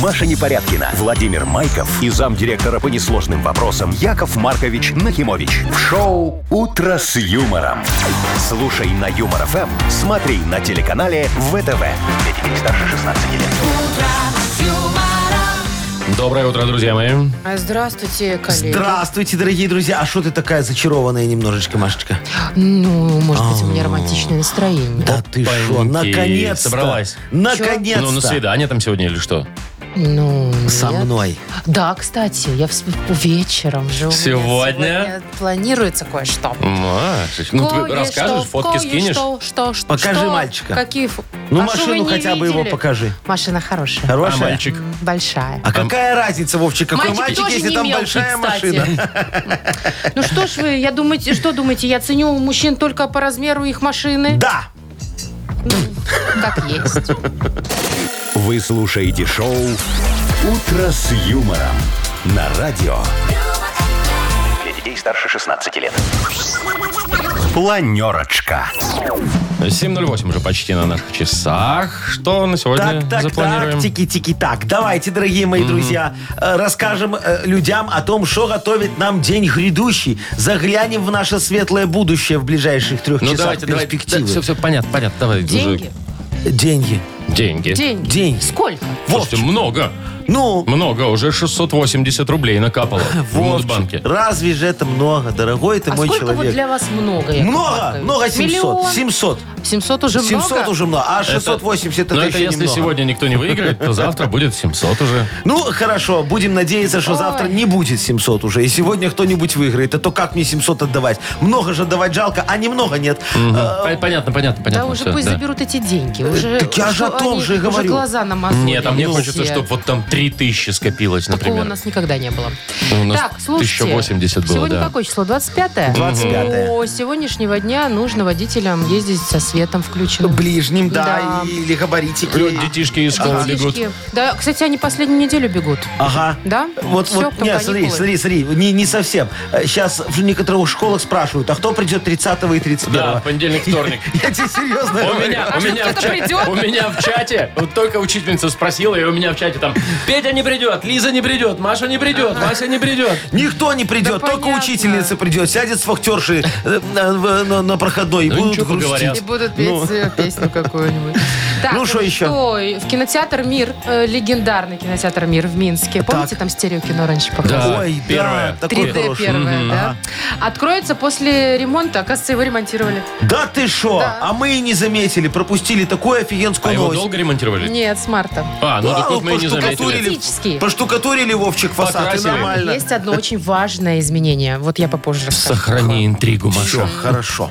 Маша Непорядкина, Владимир Майков и замдиректора по несложным вопросам Яков Маркович Нахимович. В шоу «Утро с юмором». Слушай на Юмор ФМ, смотри на телеканале ВТВ. Для детей старше 16 лет. Доброе утро, друзья мои. А, Здравствуйте, коллеги. Здравствуйте, дорогие друзья. А что ты такая зачарованная немножечко, Машечка? Ну, может быть, у меня романтичное настроение. А. Да ты Опаньки, что, наконец-то. собралась. Наконец-то. Ну, на свидание там сегодня или что? Ну, Со нет. мной. Да, кстати, я всп- вечером же. у меня Сегодня? сегодня планируется кое-что. Машечка, ну ты Кое-что, расскажешь, фотки кое-что, скинешь. Что, что, что, Покажи что? мальчика. Какие фо- Ну, А что вы машину не хотя бы видели? его покажи. Машина хорошая. А Хорошая? мальчик? М, Большая. А какая разница, Вовчик, какой Мальчик мальчик, тоже если не там мелкий, большая кстати. машина? Ну что ж вы, я думаете, что думаете, я ценю мужчин только по размеру их машины? Да. Как есть. Вы слушаете шоу «Утро с юмором» на радио. Для детей старше 16 лет. Планерочка. 7.08 уже почти на наших часах. Что на сегодня Так, так, запланируем? так, тики-тики, так. Давайте, дорогие мои друзья, э, расскажем э, людям о том, что готовит нам день грядущий. Заглянем в наше светлое будущее в ближайших трех ну часах давайте, давайте. перспективы. все, все, понятно, понятно. Давай, уже. Деньги? Деньги. Деньги. Деньги. Деньги. Сколько? Слушайте, много. Ну, Много, уже 680 рублей накапало в Вовчик, Мудбанке. разве же это много, дорогой ты а мой сколько вот человек? для вас много? Яков Много, Маркович? много 700. Миллион? 700. 700 уже 700 много? уже много, а 680 это, Но ну, это еще если немного. сегодня никто не выиграет, то завтра будет 700 уже. Ну, хорошо, будем надеяться, что завтра не будет 700 уже. И сегодня кто-нибудь выиграет. А то как мне 700 отдавать? Много же отдавать жалко, а немного нет. Э, Пон- Понятно, понятно, понятно. Да уже всё, пусть да. заберут эти деньги. Уже, так я же о что том они же и уже говорю. глаза на Нет, а мне хочется, чтобы вот там 3000 скопилось, Такого у например. нас никогда не было. Ну, у нас так, слушайте. 1080 было, Сегодня да. какое число? 25-е? 25-е. О, с сегодняшнего дня нужно водителям ездить со светом включенным. Ближним, да, Да. или габаритики. Вот Детишки из школы бегут. Детишки. Да, кстати, они последнюю неделю бегут. Ага. Да? Вот, Всё, вот, кто нет, смотри, каникулы. смотри, смотри, не, не совсем. Сейчас в некоторых школах спрашивают, а кто придет 30 и 31? Да, понедельник, вторник. Я тебе серьезно У говорю. меня, у, что, меня в ну кто-то ча- придет? у меня в чате, вот только учительница спросила, и у меня в чате там, Петя не придет, Лиза не придет, Маша не придет, Вася не придет. Никто не придет, только понятно. учительница придет, сядет с фахтершей э, на, в- на- на проходной и Ну, будут ничего, поговорят. грустить. И будут петь э, песню какую-нибудь. Так, Ну, что еще? В кинотеатр «Мир», э, легендарный кинотеатр «Мир» в Минске. Помните, там стереокино раньше показывали? Да, Ой, первое. да, такой 3D хороший. первое, да? Откроется после ремонта. Оказывается, его ремонтировали. Да ты шо? Да. А мы и не заметили, пропустили такую А офигенскую его новость. долго ремонтировали? Нет, с марта. А, ну так вот мы и не заметили. поштукатурили. Косметический. Поштукатурили Вовчик фасад, и Покрасили. нормально. Есть одно очень важное изменение. Вот я попозже расскажу. Сохрани интригу, Все, Маша. Ну, хорошо.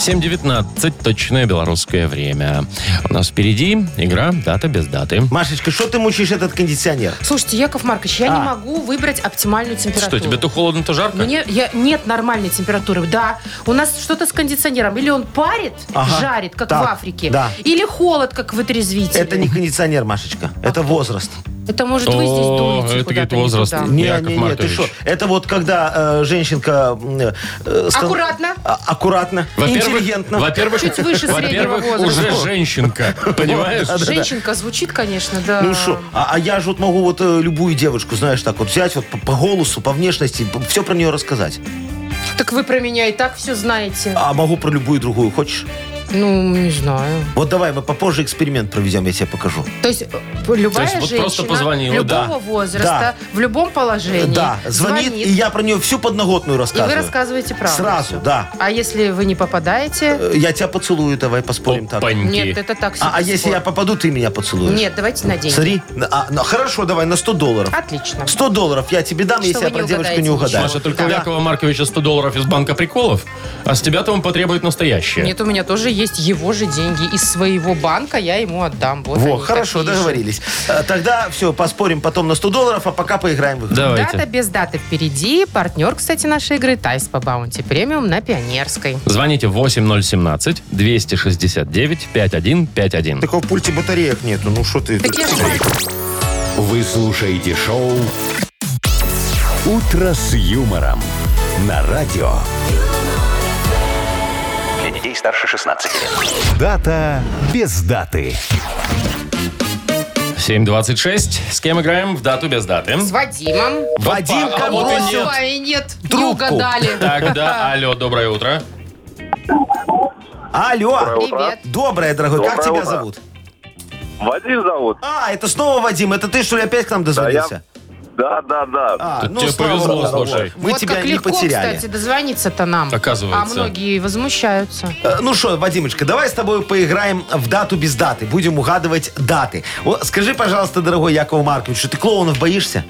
7.19, точное белорусское время. У нас впереди игра «Дата без даты». Машечка, что ты мучаешь этот кондиционер? Слушайте, Яков Маркович, я А. не могу выбрать оптимальную температуру. Что, тебе то холодно, то жарко? Мне я, нет нормальной температуры. Да, у нас что-то с кондиционером. Или он парит, Ага. жарит, как Так, в Африке. да. Или холод, как в отрезвителе. Это не кондиционер, Машечка. Это возраст. Это, может, вы здесь О, дуете это, говорит, куда-то не возраст. туда. Не, Яков не, не, ты Маркович. что? Это вот когда э, женщинка... э, э, стан- Аккуратно. А- аккуратно. Интеллигентно. Во-первых, Чуть выше во-первых, среднего уже возраста. женщинка, понимаешь? Женщинка звучит, конечно, да. Ну что, а, а я же вот могу вот э, любую девушку, знаешь, так вот взять вот по, по голосу, по внешности, все про нее рассказать. Так вы про меня и так все знаете. А могу про любую другую, хочешь? Ну, не знаю. Вот давай, мы попозже эксперимент проведем, я тебе покажу. То есть э, любая То есть вот женщина просто позвонила, любого да. возраста, в любом положении да, звонит, и я про нее всю подноготную и вы рассказываю. рассказываете правду. Сразу, да. А если вы не попадаете... Э, Я тебя поцелую, давай поспорим так. А, Нет, Опаньки. это так себе а если спорт. я попаду, ты меня поцелуешь? Нет, давайте на деньги. Смотри, на- а, на- хорошо, давай на 100 долларов. Отлично. 100 долларов я тебе дам, А Что если вы я про не девушку не угадаете угадаю. Маша, только у Да. Якова Марковича 100 долларов из банка приколов, а с тебя-то он потребует настоящее. Нет, у меня тоже есть его же деньги. Из своего банка я ему отдам. Вот Во, они хорошо, такие же. договорились. Э, Тогда все, поспорим потом на 100 долларов, а пока поиграем в игру. Дата Давайте. без даты впереди. Партнер, кстати, нашей игры Тайс по Баунти Премиум на Пионерской. Звоните 8017-269-5151. Такого пульте батареек нету, ну что ты... Так я же говорю, Вы слушаете шоу «Утро с юмором» на радио. Для детей старше 16 лет. Дата без даты. 7.26. С кем играем в дату без даты? С Вадимом. Вадимка а вот и бросил. нет. Ой, нет, не Трубку. угадали. Тогда, алло, доброе утро. Алло. Привет. Доброе, дорогой. как Доброе тебя утро. зовут? Вадим зовут. А, это снова Вадим. Это ты, что ли, опять к нам Да, я- дозвонился? Да, да, да. А, Тут тебе слава повезло, богу. слушай. Мы вот тебя как не легко, потеряли. кстати, дозвониться-то нам. Оказывается. А многие возмущаются. Э, Ну что, Вадимочка, давай с тобой поиграем в дату без даты. Будем угадывать даты. Вот скажи, пожалуйста, дорогой Яков Маркович, что ты клоунов боишься?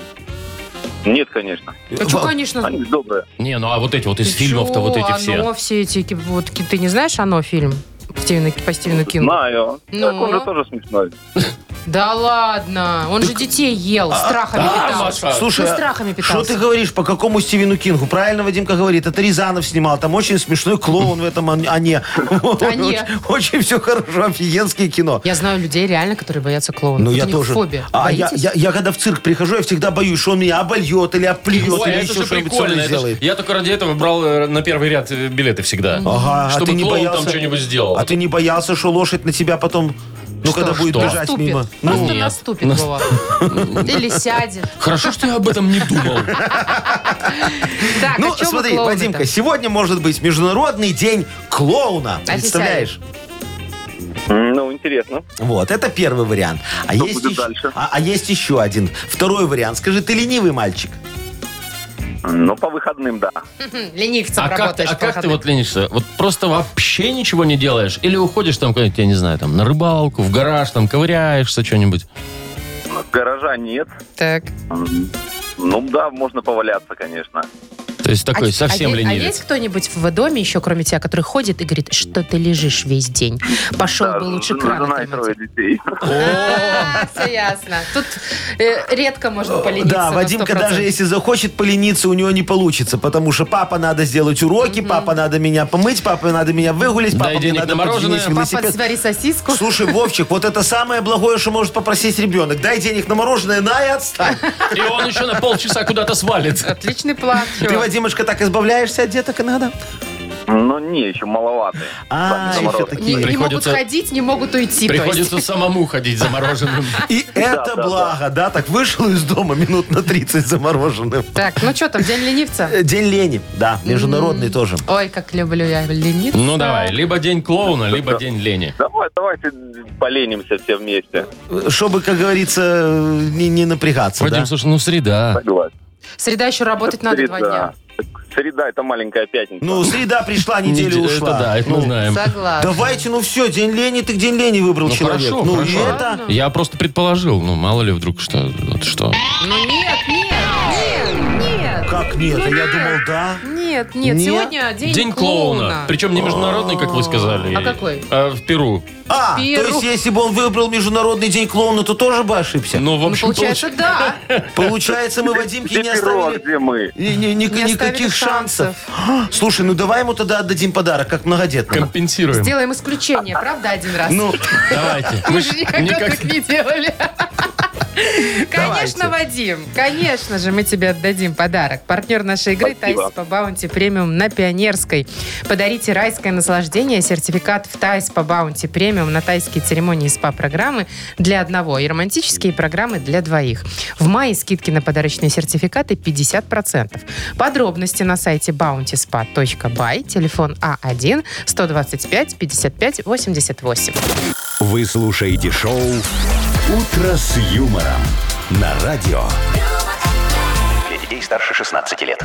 Нет, конечно. Да что, Во- конечно. Они же добрые. Не, ну а вот эти вот из Ты фильмов-то вот чего? эти все. Оно, все эти, ки- вот, ки- ты не знаешь оно фильм? Стивена, по Стивену Кингу. Знаю. Ну? Так он же тоже смешной. Да ладно, он же детей ел, страхами Да, питался. А, Маша. А, Слушай, Ну, а страхами что питался. ты говоришь, по какому Стивену Кингу? Правильно Вадимка говорит, это Рязанов снимал, там очень смешной клоун в этом ан- «Ане». «Ане». Очень- Очень все хорошо, офигенское кино. Я знаю людей реально, которые боятся клоунов. Ну, Это я у них тоже. Фобия. А я, Боитесь? я- я когда в цирк прихожу, я всегда боюсь, что он меня обольет или оплюет, Ой, или это еще же что-нибудь со прикольно. мной это ж- сделает. Я только ради этого брал э, на первый ряд э, билеты всегда. Ага, а Чтобы ты не клоун там боялся? что-нибудь сделал. А ты не боялся, что лошадь на тебя потом, ну, когда будет что? бежать Наступит. мимо? Ну, Просто нет. наступит, Вова. Или сядет. Хорошо, что я об этом не думал. Так, Ну, о чем вы, смотри, клоуны-то? Вадимка, сегодня может быть Международный день клоуна. Официально. Представляешь? Ну, интересно. Вот, это первый вариант. А Что есть, будет еще, дальше? а, а есть еще один. Второй вариант. Скажи, ты ленивый мальчик. Ну, по выходным, да. Хм, Ленивцем А как, ты- работаешь а по как ты выходным. вот ленишься? Вот просто вообще ничего не делаешь? Или уходишь там куда-нибудь, я не знаю, там на рыбалку, в гараж, там ковыряешься что-нибудь? Гаража нет. Так. М, Ну да, можно поваляться, конечно. То есть такой А- совсем а, е- А ленивец. есть кто-нибудь в доме еще, кроме тебя, который ходит и говорит, что ты лежишь весь день? Пошел Да, бы лучше жена кран жена и трое отрывать». детей. А, Все ясно. Тут э, редко можно полениться. да, на Вадимка 100%. даже если захочет полениться, у него не получится, потому что папа надо сделать уроки, папа надо меня помыть, папа надо меня выгулять, Дай папа мне денег на надо мороженое. подвинуть Папа, велосипед. свари сосиску. Слушай, Вовчик, вот это самое благое, что может попросить ребенок. Дай денег на мороженое, на и отстань. И он еще на полчаса куда-то свалится. Отличный план. Ты, чувак. Вадимочка, так избавляешься от деток иногда? Ну, не, еще маловато. А, Сами еще заморозки. не, такие. не могут Приходится- ходить, не могут уйти. то есть. Приходится самому ходить за мороженым. И это да, да. благо, да, так вышел из дома минут на 30 замороженным. Так, ну что там, день ленивца? Э, День лени, да, международный тоже. Ой, как люблю я лениться. Ну давай, либо день клоуна, либо день лени. Давай, давайте поленимся все вместе. Э, Чтобы, как говорится, э, не, не напрягаться, Вадим, да? слушай, ну среда. Согласен. Среда еще работать А. надо два дня. Среда. Среда это маленькая пятница. Ну, среда пришла, неделя Неде- ушла. Это да, это Ну, мы знаем. Согласна. Давайте, ну все, день лени, ты день лени выбрал Ну, человек. хорошо, ну, хорошо. и это... Я просто предположил, ну мало ли вдруг что, вот что. Ну нет, нет, нет, Как нет? А Я думал, да. нет, нет, нет. Нет? Сегодня день, День клоуна. Причем не международный, как вы сказали. А какой? А, В Перу. А, то Перу. есть, если бы он выбрал международный день клоуна, то тоже бы ошибся. Ну, в Ну, общем, получается, да. Получается, мы Вадимке где не пирог, оставили... где мы? ни- ни- ни- Не оставили никаких шансов. Слушай, ну давай ему тогда отдадим подарок, как многодетному. компенсируем. Сделаем исключение, правда, один раз? Ну, Давайте. Мы же никогда никак- так не делали. Конечно, Вадим, конечно же, мы тебе отдадим подарок. Партнер нашей игры Спасибо. Тайс по баунти премиум на Пионерской. Подарите райское наслаждение, сертификат в Тайс по баунти премиум на тайские церемонии и СПА-программы для одного и романтические программы для двоих. В мае скидки на подарочные сертификаты 50%. Подробности на сайте bountyspa.by, телефон А А1 125 55 88. Вы слушаете шоу «Утро с юмором» на радио. Для детей старше 16 лет.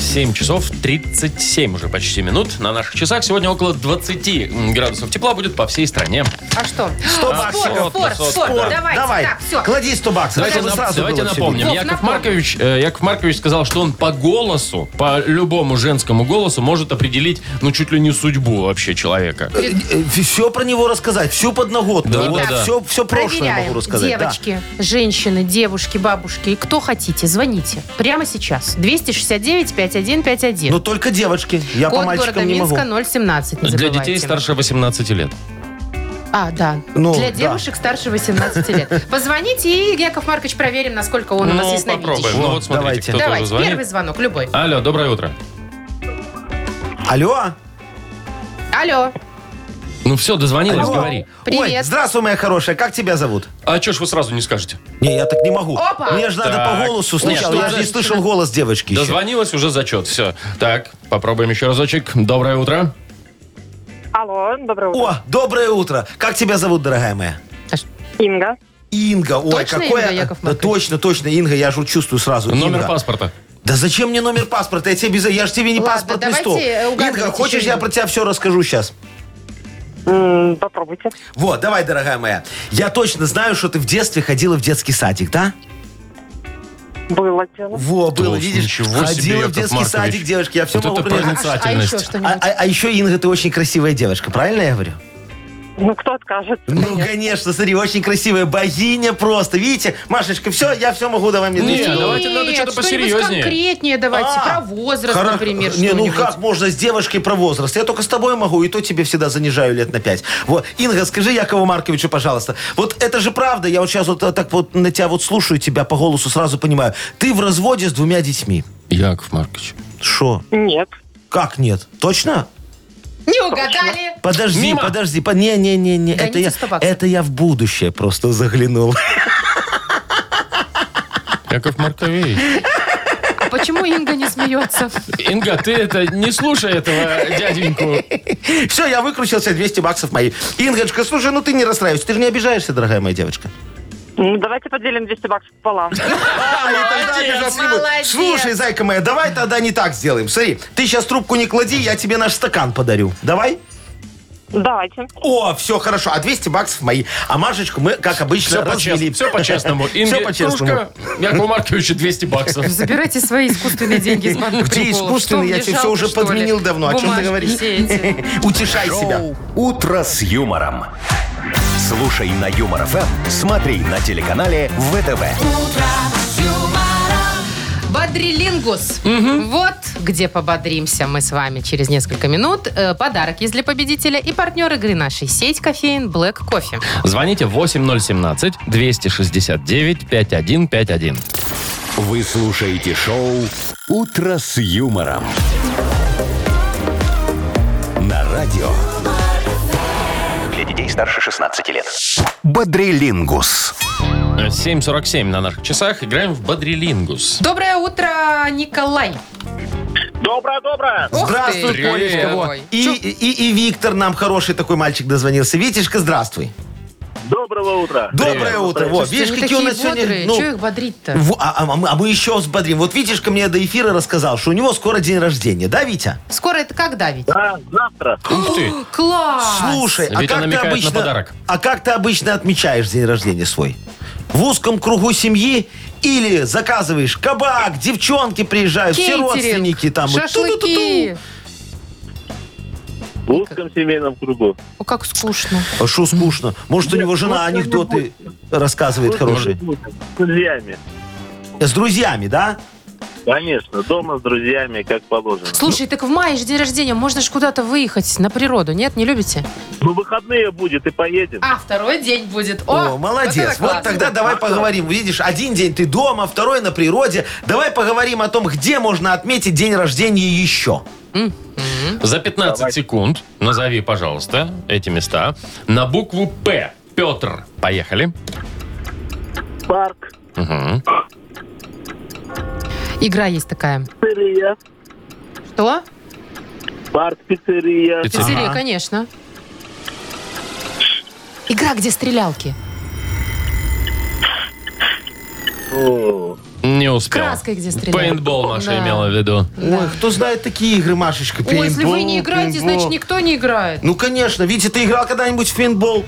7 часов 37 уже почти минут. На наших часах сегодня около 20 градусов тепла будет по всей стране. А что? 100 Спорт, баксов. спорт, Сотка, спорт. сотка. Давайте, Давай, так, все. клади 100 баксов. Давайте, чтобы нап- сразу давайте было всё напомним. Вов, Яков, напомни. Маркович, э, Яков Маркович сказал, что он по голосу, по любому женскому голосу может определить, ну, чуть ли не судьбу вообще человека. Все про него рассказать, всю подноготную. Да, вот да, да. Все, все прошлое Проверяем. могу рассказать. да. Девочки, женщины, девушки, бабушки, и кто хотите, звоните. Прямо сейчас. 269-5151. Но Ну, только девочки. Я по Код города мальчикам не могу. Минска 017. не Для забывайте. детей старше 18 лет. А, да. Ну, Для да. девушек старше 18 лет. Позвоните, и Яков Маркович проверим, насколько он у нас Ну, есть на попробуем. видище. Ну, вот смотрите, Давайте. кто тоже Давайте, первый звонит. звонок, любой. Алло, доброе утро. Алло. Алло, А Ну все, дозвонилась, Алло. говори. Ой, привет. здравствуй, моя хорошая. Как тебя зовут? А чё ж вы сразу не скажете? Не, я так не могу. Опа! Мне же надо Так. по голосу сначала. Нет, ну Я же не что- слышал голос девочки еще. Дозвонилась, уже зачет. Все. Так, попробуем еще разочек. Доброе утро. Алло, доброе утро. О, доброе утро. Как тебя зовут, дорогая моя? Инга. Инга. Ой, Точно какое... Инга, Яков да Маркович? точно, точно, Инга. Я же вот чувствую сразу. Номер Инга. паспорта. Да зачем мне номер паспорта? Я тебе, без- я же тебе не Ладно, паспорт, не давайте, стол. э, угадывайте Инга, хочешь, еще я Ингу. про тебя все расскажу сейчас? М, попробуйте. Вот, давай, дорогая моя. Я точно знаю, что ты в детстве ходила в детский садик, да? Было дело. Во, было, уж видишь? ничего себе, ходила в Яков детский Маркович. садик, девочки. Я все Вот могу это правильно. принять. А, а еще Отрицательность. а, что-нибудь? а- а еще, Инга, ты очень красивая девушка, правильно я говорю? Ну, кто откажет? Ну, конечно, смотри, очень красивая богиня просто. Видите, Машечка, все, я все могу, давай мне Не, дочь. а давайте надо Нет, что-то что-нибудь посерьезнее. конкретнее Ну, давайте, про А, возраст, хоро- например, Не, ну что-нибудь. как можно с девушкой про возраст? Я только с тобой могу, и то тебе всегда занижаю лет на пять. Вот, Инга, скажи Якову Марковичу, пожалуйста, вот это же правда, я вот сейчас вот э, так вот на тебя вот слушаю, тебя по голосу сразу понимаю. Ты в разводе с двумя детьми. Яков Маркович. Шо? Нет. Как нет? Точно? Не угадали. Подожди, Мимо. подожди. по- Не, не, не, не. Это Гоните я, 100 баксов. это я в будущее просто заглянул. Яков Маркович. А почему Инга не смеется? Инга, ты это не слушай этого дяденьку. Все, я выкрутился, 200 баксов мои. Ингочка, слушай, ну ты не расстраивайся, ты же не обижаешься, дорогая моя девочка. Ну, давайте поделим 200 баксов пополам. А, и тогда обижаться не будет. молодец. Слушай, зайка моя, давай тогда не так сделаем. Смотри, ты сейчас трубку не клади, я тебе наш стакан подарю. Давай? Давайте. О, все, хорошо. А 200 баксов мои. А Машечку мы, как обычно, Все развели. по-честному. Все по-честному. Все Инге по-честному. кружка, Якову Марковичу 200 баксов. Забирайте свои искусственные деньги из банка Где приколов. искусственные? Что, Я мне тебе всё жалко, уже что ли? подменил давно. О чем ты Бумажки говоришь? все эти. Утешай себя. Шоу «Утро с юмором». Слушай на Юмор ФМ, смотри на телеканале ВТВ. Бодрилингус. Вот где пободримся мы с вами через несколько минут. Э, Подарок есть для победителя и партнер игры нашей сеть кофеин Black Coffee. Звоните 8017-269-5151. Вы слушаете шоу «Утро с юмором». На радио Для детей старше 16 лет. «Бодрилингус». 7.47 на наших часах. Играем в Бодрилингус. Доброе утро, Николай. Доброе-доброе. Ох ты. Здравствуй, Привет. Колечка. во. Ой. И, и, и Виктор нам хороший такой мальчик дозвонился. Витечка, здравствуй. Доброго утра. Доброе утро. Вот, Слушайте, видишь, они какие у такие нас сегодня... бодрые. ну, Чего их бодрить-то? во, а, а мы, а мы еще взбодрим. Вот Витечка мне до эфира рассказал, что у него скоро день рождения. Да, Витя? Скоро это когда ведь? Да, А, завтра. Ух ты! О, Класс! Слушай, а Витя как, ты намекает на обычно, подарок. а как ты обычно отмечаешь день рождения свой? В узком кругу семьи или заказываешь кабак, девчонки приезжают, Кейтеринг, все родственники там. и шашлыки. В узком семейном кругу. О, как скучно. ту-ту-ту. А Шо скучно? Может, у него жена анекдоты рассказывает хорошие? Ну, С друзьями. С друзьями, да? Конечно, дома с друзьями, как положено. Слушай, так в мае же день рождения, можно же куда-то выехать на природу, нет? Не любите? Ну, выходные будет и поедем. А, второй день будет. О, молодец. Вот, тогда давай поговорим. Видишь, один день ты дома, второй на природе. Давай поговорим о том, где можно отметить день рождения еще. За 15 секунд назови, пожалуйста, эти места на букву «П». Петр. Поехали. Парк, Мгм. Игра есть такая. пиццерия. Что? Парк, пиццерия. Пиццерия. Пиццерия, конечно. Игра, где стрелялки. О, Не успел. Краской где стрелять. Пейнтбол Маша Да. имела в виду. Ой, кто знает такие игры, Машечка? Ой, если вы не Пейнтбол, играете, пейнтбол. значит никто не играет. Ну, конечно. Витя, ты играл когда-нибудь в пейнтбол?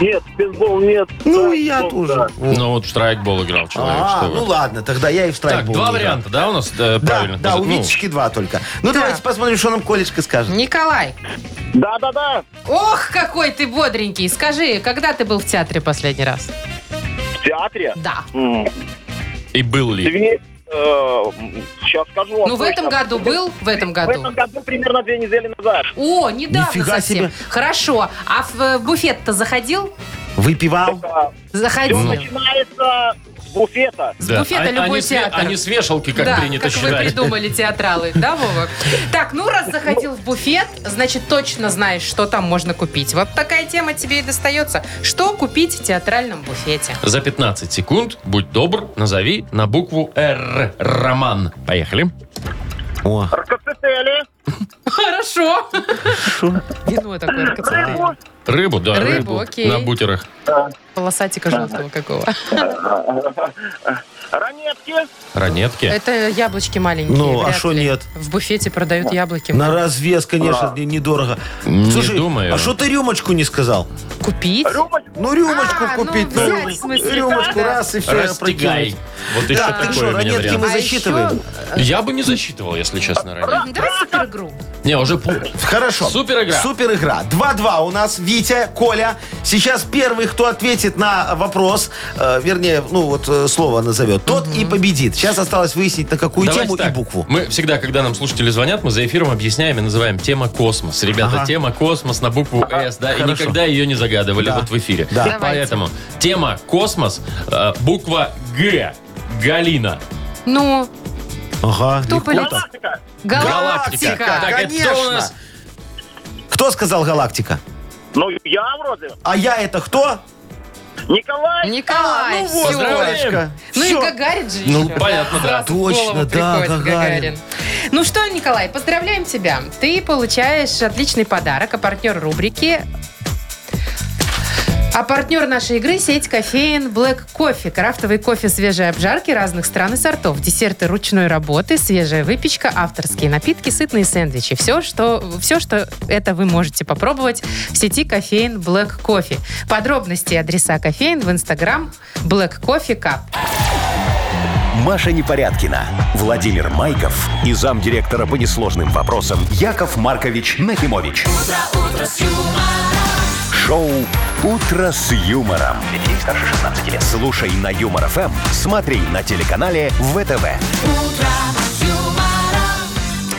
Нет, пинбол нет. Ну, Да, и я бог, тоже. да. О. Ну вот в страйкбол играл человек. А, что вы. ну ладно, тогда я и в так, два страйкбол не играл. варианта, да, у нас э, Да, правильно? да, у Ну, Витечки два только. Ну, Да. давайте посмотрим, что нам Колечка скажет. Николай, Да-да-да, ох, какой ты бодренький. Скажи, когда ты был в театре последний раз? Ну, в театре. Да. М, Ну, и был ли? две- сейчас э, скажу вам Ну, в этом точно. году был? В этом В году? этом году примерно две недели назад. О, недавно Нифига совсем. себе. Хорошо. А в, э, в буфет-то заходил? Выпивал? Все Заходил. Ну, начинается с буфета. С Да. буфета А- любой они с ве- театр. Они с вешалки, как да, принято как вы считать. придумали театралы, да, Вова? Так, ну раз заходил в буфет, значит точно знаешь, что там можно купить. Вот такая тема тебе и достается. Что купить в театральном буфете? За 15 секунд, будь добр, назови на букву «Р». Роман. Поехали. О. Рокоцители. Хорошо. Вино такое коктейль. Рыбу, да, Рыбу, рыбу. окей. На бутерах. Полосатика желтого какого. Ранетки. Ранетки. Это яблочки маленькие. Ну, а вряд А. шо ли. нет? В буфете продают яблоки. На развес, конечно, не- недорого. Не Слушай, думаю. а что ты рюмочку не сказал? Купить? Рюмочки. Ну, рюмочку А, ну, купить. взять, ну, в смысле, рюмочку да, да. раз и все, Растягай. Вот еще Да, ты такой что, у меня ранетки вариант. мы А засчитываем. еще, Я бы не засчитывал, если честно, А, ранетки. м, Давай супер игру. Не, уже пункт. Хорошо. Супер игра. Супер игра. 2-2 у нас. Витя, Коля. Сейчас первый, кто ответит на вопрос, э, вернее, ну вот э, слово назовет, тот и победит. Сейчас осталось выяснить, на какую Давайте тему так. и букву. Мы всегда, когда нам слушатели звонят, мы за эфиром объясняем и называем тема космос. Ребята, Ага. тема космос на букву С, да, и хорошо. никогда ее не загадывали вот в эфире. Да. Давайте. Поэтому тема космос, э, буква Г. Галина. Ну, Ага, кто легко полетел? так. Галактика. Галактика. Так, это кто у конечно. нас? Кто сказал галактика? Ну, я вроде. А я это кто? Николай. Николай. ну вот, всё. Поздравляем. Олечка. Ну и Всё. Гагарин же Ну, еще. понятно, да. Сразу в голову Точно, да, приходит Гагарин. Ну что, Николай, поздравляем тебя. Ты получаешь отличный подарок, а партнер рубрики а партнер нашей игры – сеть кофеин Black Coffee. Крафтовый кофе свежей обжарки разных стран и сортов, десерты ручной работы, свежая выпечка, авторские напитки, сытные сэндвичи. Все, что, все, что это вы можете попробовать в сети кофеин Black Coffee. Подробности и адреса кофеин в инстаграм Black Coffee Cup. Маша Непорядкина, Владимир Майков и замдиректора по несложным вопросам Яков Маркович Нахимович. Шоу Утро с юмором. Для детей старше 16 лет. Слушай на юмор ФМ, смотри на телеканале ВТВ.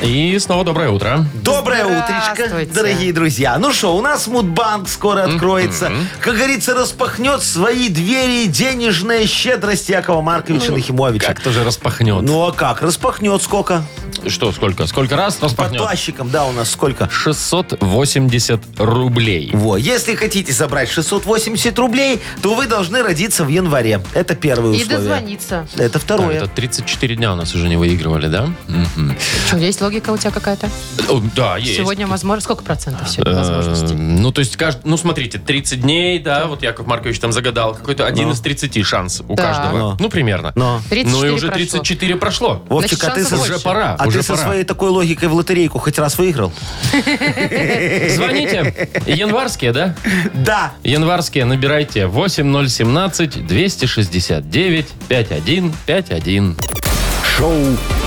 И снова доброе утро. Доброе утречко, Здравствуйте. дорогие друзья. Ну что, у нас Мудбанк скоро откроется. Как говорится, распахнет свои двери денежная щедрость Якова Марковича Ну, Нахимовича. Как-то же распахнет. Ну а как? Распахнет сколько? Что, сколько? Сколько раз Под распахнет? плащиком, да, у нас сколько? 680 рублей. Во, если хотите забрать 680 рублей, то вы должны родиться в январе. Это первое И условие. дозвониться. Это Так, второе. А, это 34 дня у нас уже не выигрывали, да? Мгм. Что, есть логика у тебя какая-то? О, Да, есть. Сегодня возможно... Сколько процентов сегодня Э, Эм. возможностей? Ну, то есть, кажд- ну, смотрите, 30 дней, да, вот Яков Маркович там загадал, какой-то один Ну. из 30 шанс у Да. каждого. Ну. Ну, примерно. Но, 34 Ну и уже прошло. 34 прошло. Вовчик, Значит, а ты, со, шансов Уже больше. пора, а уже ты со пора. своей такой логикой в лотерейку хоть раз выиграл? Звоните. Январские, да? Да. Январские набирайте 8017-269-5151. Шоу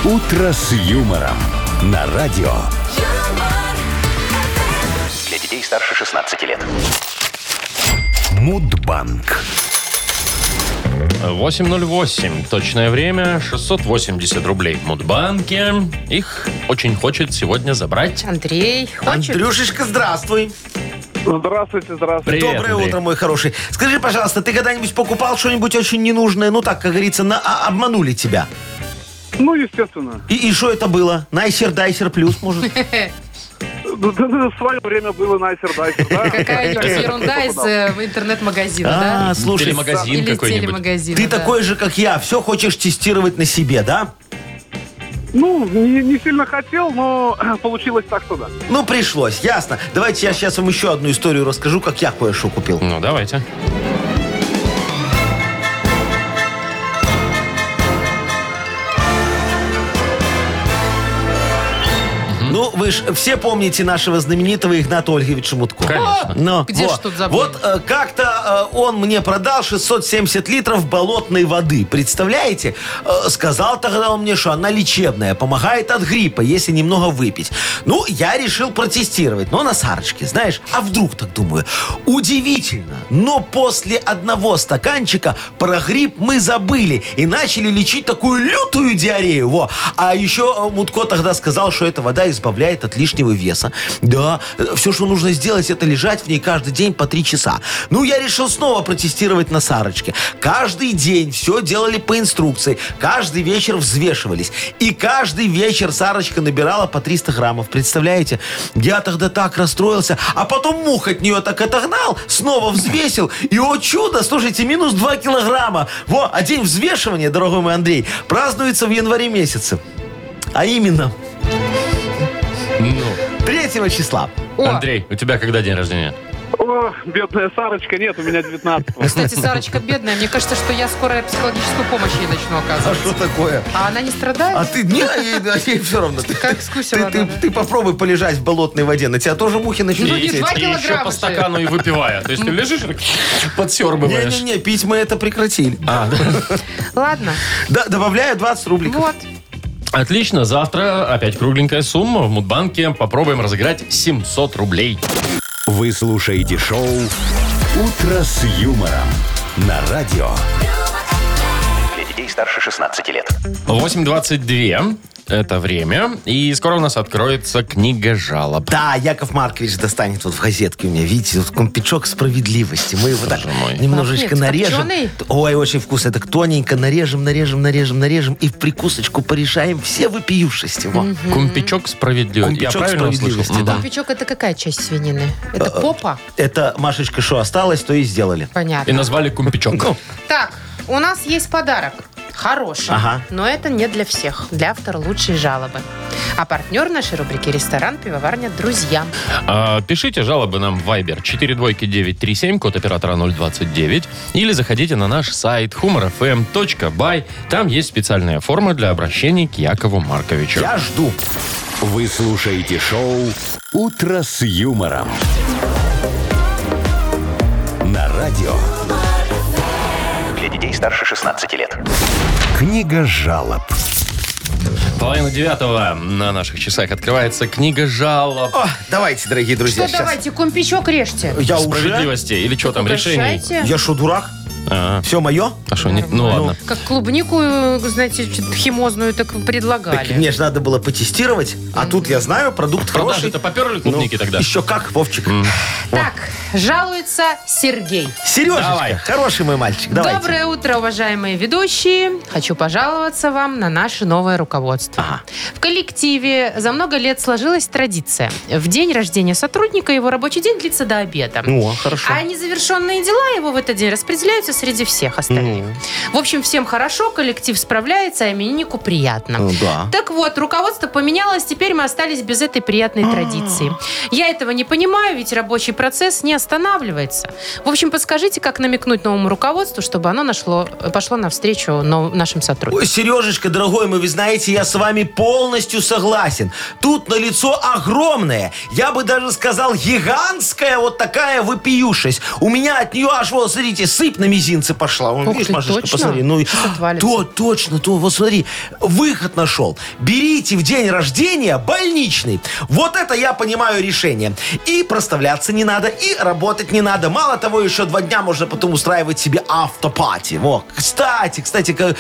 Утро с юмором на радио. Для детей старше 16 лет. Мудбанк. 8.08. Точное время. 680 рублей в Мудбанке. Их очень хочет сегодня забрать. Андрей, хочешь? Андрюшечка, здравствуй. Ну, Здравствуйте, здравствуйте. Привет, Доброе Андрей. утро, мой хороший. Скажи, пожалуйста, ты когда-нибудь покупал что-нибудь очень ненужное? Ну так, как говорится, на, а- обманули тебя. Ну, естественно. И что это было? Найсер, дайсер, плюс, может? В Ну, свое время было найсер дайсер, да? Какая-нибудь ерунда из э, интернет-магазина, А, да? слушай, Телемагазин Или какой-нибудь. телемагазина. ты да. такой же, как я. Все хочешь тестировать на себе, да? Ну, не, не сильно хотел, но получилось так, что да. Ну, пришлось, ясно. Давайте я сейчас вам еще одну историю расскажу, как я кое-что купил. Ну, давайте. Ну, вы Вы ж все помните нашего знаменитого Игната Ольговича Мутко. Конечно. Но, Где ж вот, тут забыли? Вот э, как-то э, он мне продал 670 литров болотной воды. Представляете? Э, сказал тогда он мне, что она лечебная, помогает от гриппа, если немного выпить. Ну, я решил протестировать, но на сарочке, знаешь. А вдруг так думаю? Удивительно, но после одного стаканчика про грипп мы забыли и начали лечить такую лютую диарею. Во. А еще э, Мутко тогда сказал, что эта вода избавляет от лишнего веса. Да, все, что нужно сделать, это лежать в ней каждый день по три часа. Ну, я решил снова протестировать на Сарочке. Каждый день все делали по инструкции. Каждый вечер взвешивались. И каждый вечер Сарочка набирала по 300 граммов. Представляете? Я тогда так расстроился. А потом мух от нее так отогнал, снова взвесил. И, о чудо, слушайте, минус 2 килограмма. Во, а день взвешивания, дорогой мой Андрей, празднуется в январе месяце. А именно, Ну, 3 числа. О, Андрей, у тебя когда день рождения? О, бедная Сарочка, нет, у меня 19 Кстати, Сарочка бедная. Мне кажется, что я скоро психологическую помощь ей начну А оказывать. что такое? А она не страдает? А ты, не, все равно. Ты, Как скусила ты, ты- она, да. ты попробуй полежать в болотной воде, на тебя тоже мухи начнут Ну, не лететь. два И еще килограмма по же. стакану и выпивая. То есть ты лежишь и так подсербываешь. Не-не-не, пить мы это прекратили. А, Ладно, Да, добавляю 20 рубликов. вот. Отлично, завтра опять кругленькая сумма в Мудбанке. Попробуем разыграть 700 рублей. Вы слушаете шоу «Утро с юмором» на радио. Для детей старше 16 лет. 8.22 это время. И скоро у нас откроется книга жалоб. Да, Яков Маркович достанет вот в газетке у меня, видите, вот компячок справедливости. Мы его так Боже мой. немножечко Ох, нет, нарежем. копченый? Ой, очень вкусно. Так тоненько нарежем, нарежем, нарежем, нарежем и в прикусочку порешаем все вопиюшести. Во. Кумпичок справедливости. Я Кумпичок правильно услышал? справедливости, да. Мгм. Печок это какая часть свинины? Это А, попа? Это, Машечка, что осталось, то и сделали. И Понятно. назвали кумпичок. Так, у нас есть подарок. Хороший. Ага. Но это не для всех. Для автора лучшей жалобы. А партнер нашей рубрики «Ресторан, пивоварня, друзья». А, Пишите жалобы нам в Viber 42937, код оператора 029, или заходите на наш сайт humorfm.by. Там есть специальная форма для обращений к Якову Марковичу. Я жду. Вы слушаете шоу «Утро с юмором» на радио. Для детей старше 16 лет. Книга жалоб. Половина девятого на наших часах открывается книга жалоб. О, давайте, дорогие друзья, Что сейчас. Ну, давайте, кумпичок режьте. Я уже? Справедливости или что там, решений? Решайте. Я что, дурак? А, Все мое? а что, не- ну ладно. Как клубнику, э, знаете, чё-то химозную так Так предлагали. мне же надо было потестировать, а тут я знаю, продукт хороший. Продажи-то поперли клубники Ну, тогда? Еще как, Вовчик. Так, жалуется Сергей. Сережечка, Давай. хороший мой мальчик, давайте. Доброе утро, уважаемые ведущие. Хочу пожаловаться вам на наше новое руководство. В коллективе за много лет сложилась традиция. В день рождения сотрудника его рабочий день длится до обеда. Ну, хорошо. А незавершенные дела его в этот день распределяются среди всех остальных. В общем, всем хорошо, коллектив справляется, а имениннику приятно. Ну, да. Так вот, руководство поменялось, теперь мы остались без этой приятной А. традиции. Я этого не понимаю, ведь рабочий процесс не останавливается. В общем, подскажите, как намекнуть новому руководству, чтобы оно нашло, пошло навстречу нов- нашим сотрудникам. Ой, Сережечка, дорогой мой, вы знаете, я с вами полностью согласен. Тут на лицо огромное, я бы даже сказал, гигантская вот такая вопиюшесть. У меня от нее аж, вот, смотрите, сыпь на мизинце пошла. Вон, Ух видишь, ты, Машечка, точно? посмотри. Ну, и- Что-то валится. то, точно, то, вот смотри, выход нашел. Берите в день рождения больничный. Вот это я понимаю решение. И проставляться не надо, и работать не надо. Мало того, еще два дня можно потом устраивать себе автопати. Во. Кстати, кстати, к-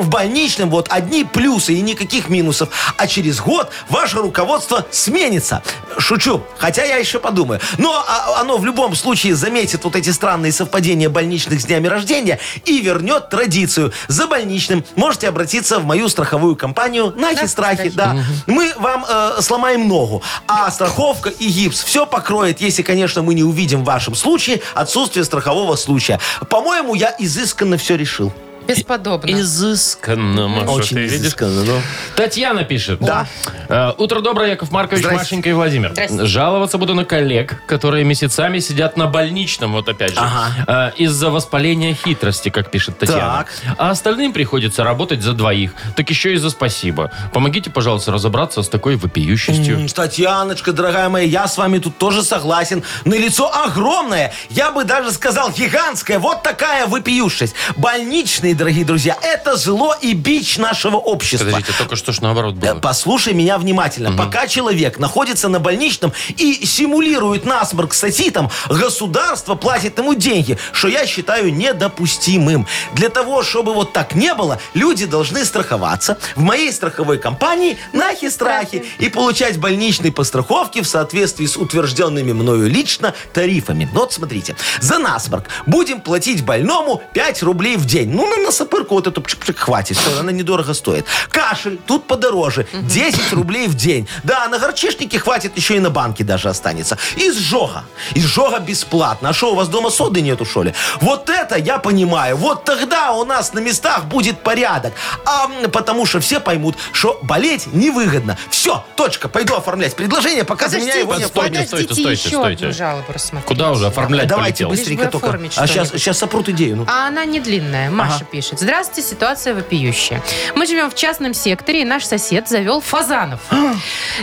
в больничном вот одни плюсы и никаких минусов. А через год ваше руководство сменится. Шучу, хотя я еще подумаю. Но а, оно в любом случае заметит вот эти странные совпадения больничных с днями рождения и вернет традицию. За больничным можете обратиться в мою страховую компанию «Нахи Нахи страхи». страхи. Да. Мы вам э, сломаем ногу, а страховка и гипс все покроет, если, конечно, мы не увидим в вашем случае отсутствие страхового случая. По-моему, я изысканно все решил. Бесподобно. Изысканно, Ну, Маша, Очень ты видишь? изысканно, но... Татьяна пишет. Да. Э, Утро доброе, Яков Маркович, Здрасте. Машенька и Владимир. Здрасте. Жаловаться буду на коллег, которые месяцами сидят на больничном, вот опять же. Ага. Э, Из-за воспаления хитрости, как пишет Татьяна. А остальным приходится работать за двоих. Так еще и за спасибо. Помогите, пожалуйста, разобраться с такой вопиющестью. М, Татьяночка, дорогая моя, я с вами тут тоже согласен. На лицо огромное, я бы даже сказал гигантское, вот такая выпиющесть. Больничные, дорогие друзья, это зло и бич нашего общества. Подождите, только что ж наоборот Э, было. Послушай меня внимательно. Пока человек находится на больничном и симулирует насморк с отитом, государство платит ему деньги, что я считаю недопустимым. Для того, чтобы вот так не было, люди должны страховаться в моей страховой компании нахи-страхи и получать больничный по страховке в соответствии с утвержденными мною лично тарифами. Вот смотрите. За насморк будем платить больному 5 рублей в день. Ну, на насопырку вот эту пшик-пшик хватит. Все, она недорого стоит. Кашель тут подороже. 10 рублей в день. Да, на горчишнике хватит, еще и на банке даже останется. Изжога. Изжога бесплатно. А что, у вас дома соды нету, что ли? Вот это я понимаю. Вот тогда у нас на местах будет порядок. А м, потому что все поймут, что болеть невыгодно. Все, точка. Пойду оформлять предложение, пока за меня Подождите, его не Подожди, оформят. стойте, стойте, подождите, стойте, еще стойте. одну жалобу рассмотрим. Куда уже оформлять Давайте полетел? быстренько Лишь бы только. оформить А сейчас, что-нибудь. сейчас сопрут идею. Ну. А она не длинная. Маша пишет. Здравствуйте, ситуация вопиющая. Мы живем в частном секторе, и наш сосед завел фазанов.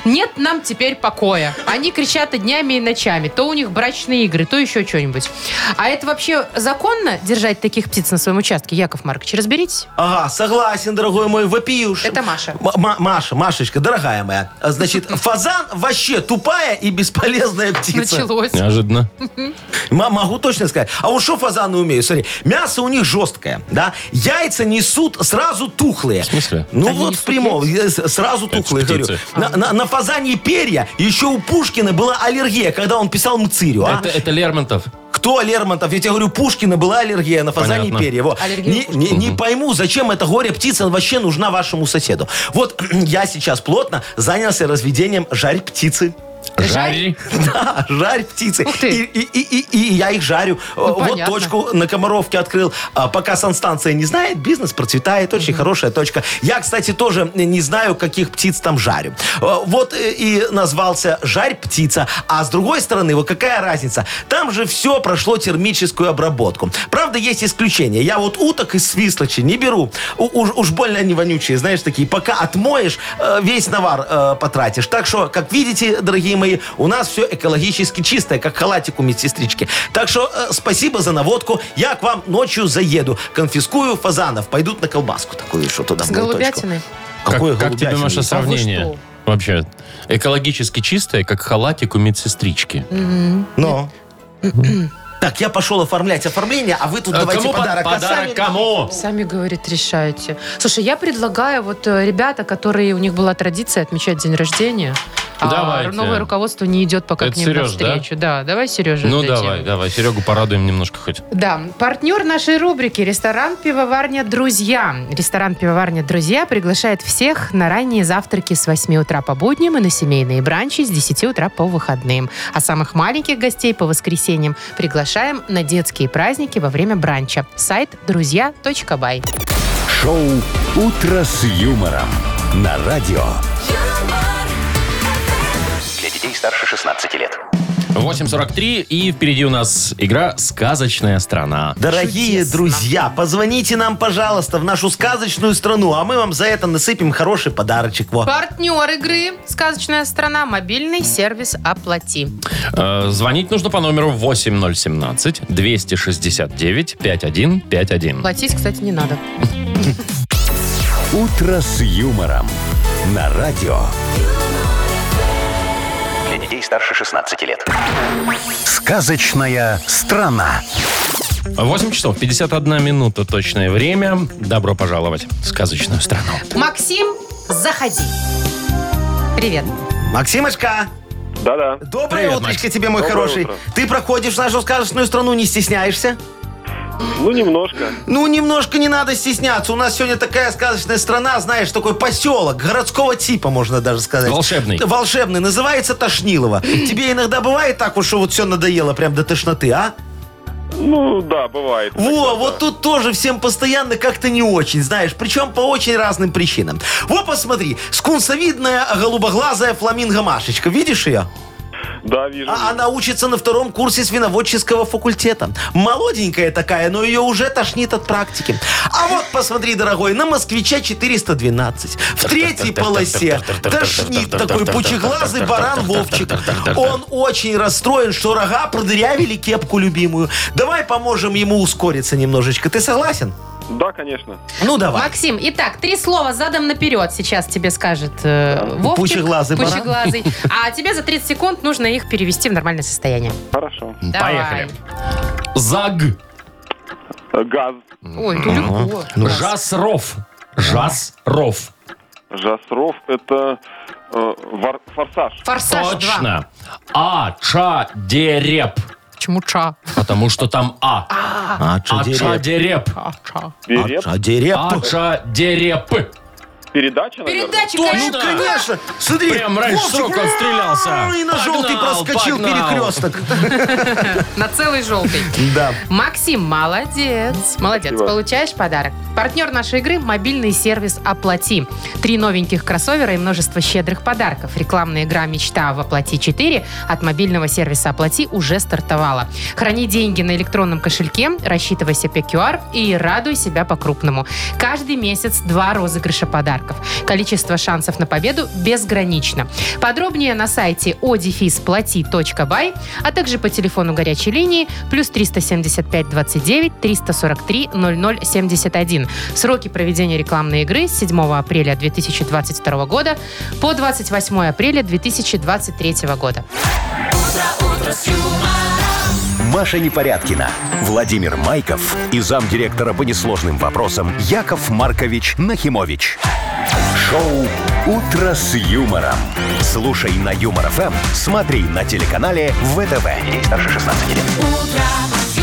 Нет нам теперь покоя. Они кричат и днями, и ночами. То у них брачные игры, то еще что-нибудь. А это вообще законно держать таких птиц на своем участке? Яков Маркович, разберитесь. Ага, согласен, дорогой мой, вопиюш. Это Маша. М- Ма- Маша, Машечка, дорогая моя. А, Значит, фазан вообще тупая и бесполезная птица. Началось. Неожиданно. М- могу точно сказать. А уж что фазаны умеют? Смотри, мясо у них жесткое, да? Яйца несут сразу тухлые. В смысле? Ну Они вот несут в прямом, э, с- сразу Это ж тухлые, говорю. птицы. На, на- на фазане перья еще у Пушкина была аллергия, когда он писал Мцирю. а? Это, это Лермонтов. Кто Лермонтов? Я тебе говорю, Пушкина была аллергия на фазане Понятно. и перья. Во. Аллергия Не, не- не пойму, зачем эта горе-птица вообще нужна вашему соседу. Вот я сейчас плотно занялся разведением жарь-птицы. Жари. Да, жарь птицы. Ух ты. Ну, И, и- и- и- и я их жарю. Э, вот понятно. точку на Комаровке открыл. А пока санстанция не знает, бизнес процветает. Очень хорошая точка. Я, кстати, тоже не знаю, каких птиц там жарю. Э, Вот э, и назвался «Жарь птица». А с другой стороны, вот какая разница? Там же все прошло термическую обработку. Правда, есть исключения. Я вот уток из свислочи не беру. У- уж, уж больно они вонючие, знаешь, такие. Пока отмоешь, э, весь навар э, потратишь. Так что, как видите, дорогие мои, у нас все экологически чистое, как халатик у медсестрички. Так что э, спасибо за наводку. Я к вам ночью заеду. Конфискую фазанов. Пойдут на колбаску такую еще туда. С в мою точку. голубятиной. Как, Какое как тебе, голубятиной? Маша, А вы сравнение? что? Вообще, экологически чистое, как халатик у медсестрички. Ну. Так, я пошел оформлять оформление, а вы тут А давайте кому под- подарок. а сами- подарок кому? Сами, говорит, решаете. Слушай, я предлагаю вот э, ребята, которые у них была традиция отмечать день рождения, Давайте. а новое руководство не идет пока Это к ним Серёж, да? навстречу. Да? давай Сережа. Ну давай, давай, Серегу порадуем немножко хоть. Да, партнер нашей рубрики ресторан пивоварня Друзья. Ресторан пивоварня Друзья приглашает всех на ранние завтраки с 8 утра по будням и на семейные бранчи с 10 утра по выходным. А самых маленьких гостей по воскресеньям приглашаем на детские праздники во время бранча. Сайт друзья.бай. Шоу «Утро с юмором» на радио. Для детей старше 16 лет. 8.43, и впереди у нас игра «Сказочная страна». Дорогие Чудесно. друзья, позвоните нам, пожалуйста, в нашу сказочную страну, а мы вам за это насыпем хороший подарочек. Во. Партнер игры «Сказочная страна» мобильный сервис «Оплати». Э, звонить нужно по номеру 8017-269-5151. Платить, кстати, не надо. «Утро с юмором» на радио. Для детей старше 16 лет. «Сказочная страна». 8 часов 51 минута точное время. Добро пожаловать в «Сказочную страну». Максим, заходи. Привет. Максимочка, Да-да. доброе Привет, утречко тебе, мой Доброе хороший. утро. Ты проходишь нашу сказочную страну, не стесняешься? Ну, немножко. Ну, немножко не надо стесняться. У нас сегодня такая сказочная страна, знаешь, такой поселок городского типа, можно даже сказать. Волшебный. Волшебный. Называется Тошнилово. Тебе иногда бывает так вот, что вот все надоело прям до тошноты, а? Ну, да, бывает. Во, вот тут тоже всем постоянно как-то не очень, знаешь. Причем по очень разным причинам. Во, посмотри, скунсовидная голубоглазая фламинго Машечка. Видишь ее? Да, вижу. А она учится на втором курсе свиноводческого факультета. Молоденькая такая, но ее уже тошнит от практики. А вот, посмотри, дорогой, на москвича 412. В третьей полосе тошнит такой пучеглазый баран Вовчик. Он очень расстроен, что рога продырявили кепку любимую. Давай поможем ему ускориться немножечко. Ты согласен? Да, конечно. Ну, давай. Максим, итак, три слова задом наперед сейчас тебе скажет э, Вовчик. Пучеглазый баран. пучеглазый. А тебе за 30 секунд нужно их перевести в нормальное состояние. Хорошо. Давай. Поехали. Заг. Э, Газ. Ой, ну легко. Жасров. Жасров. Жасров – это э, вар- форсаж. Форсаж 2. Точно. Ачадереп. Почему ча? А, Потому что там А. А, чё, дерев? Ачадереп. А, ча. Перед- А, дерев? Ачадереп. Передача, наверное? Передача, Точно. конечно. Ну, Конечно, смотри, Прям раньше Вовчик, срока отстрелялся. а, И на Погнал, желтый проскочил погнал. перекресток. На целый желтый. Да. Максим, молодец. Молодец, Спасибо. получаешь подарок. Партнер нашей игры – мобильный сервис «Оплати». Три новеньких кроссовера и множество щедрых подарков. Рекламная игра «Мечта в Оплати 4» от мобильного сервиса «Оплати» уже стартовала. Храни деньги на электронном кошельке, рассчитывайся по QR и радуй себя по-крупному. Каждый месяц два розыгрыша подарков. Количество шансов на победу безгранично. Подробнее на сайте odefisplati.by, а также по телефону горячей линии плюс 375 29 343 0071. Сроки проведения рекламной игры с 7 апреля 2022 года по 28 апреля 2023 года. Маша Непорядкина, Владимир Майков и замдиректора по несложным вопросам Яков Маркович Нахимович. Шоу «Утро с юмором». Слушай на Юмор ФМ, смотри на телеканале ВТВ. Ей старше 16 лет.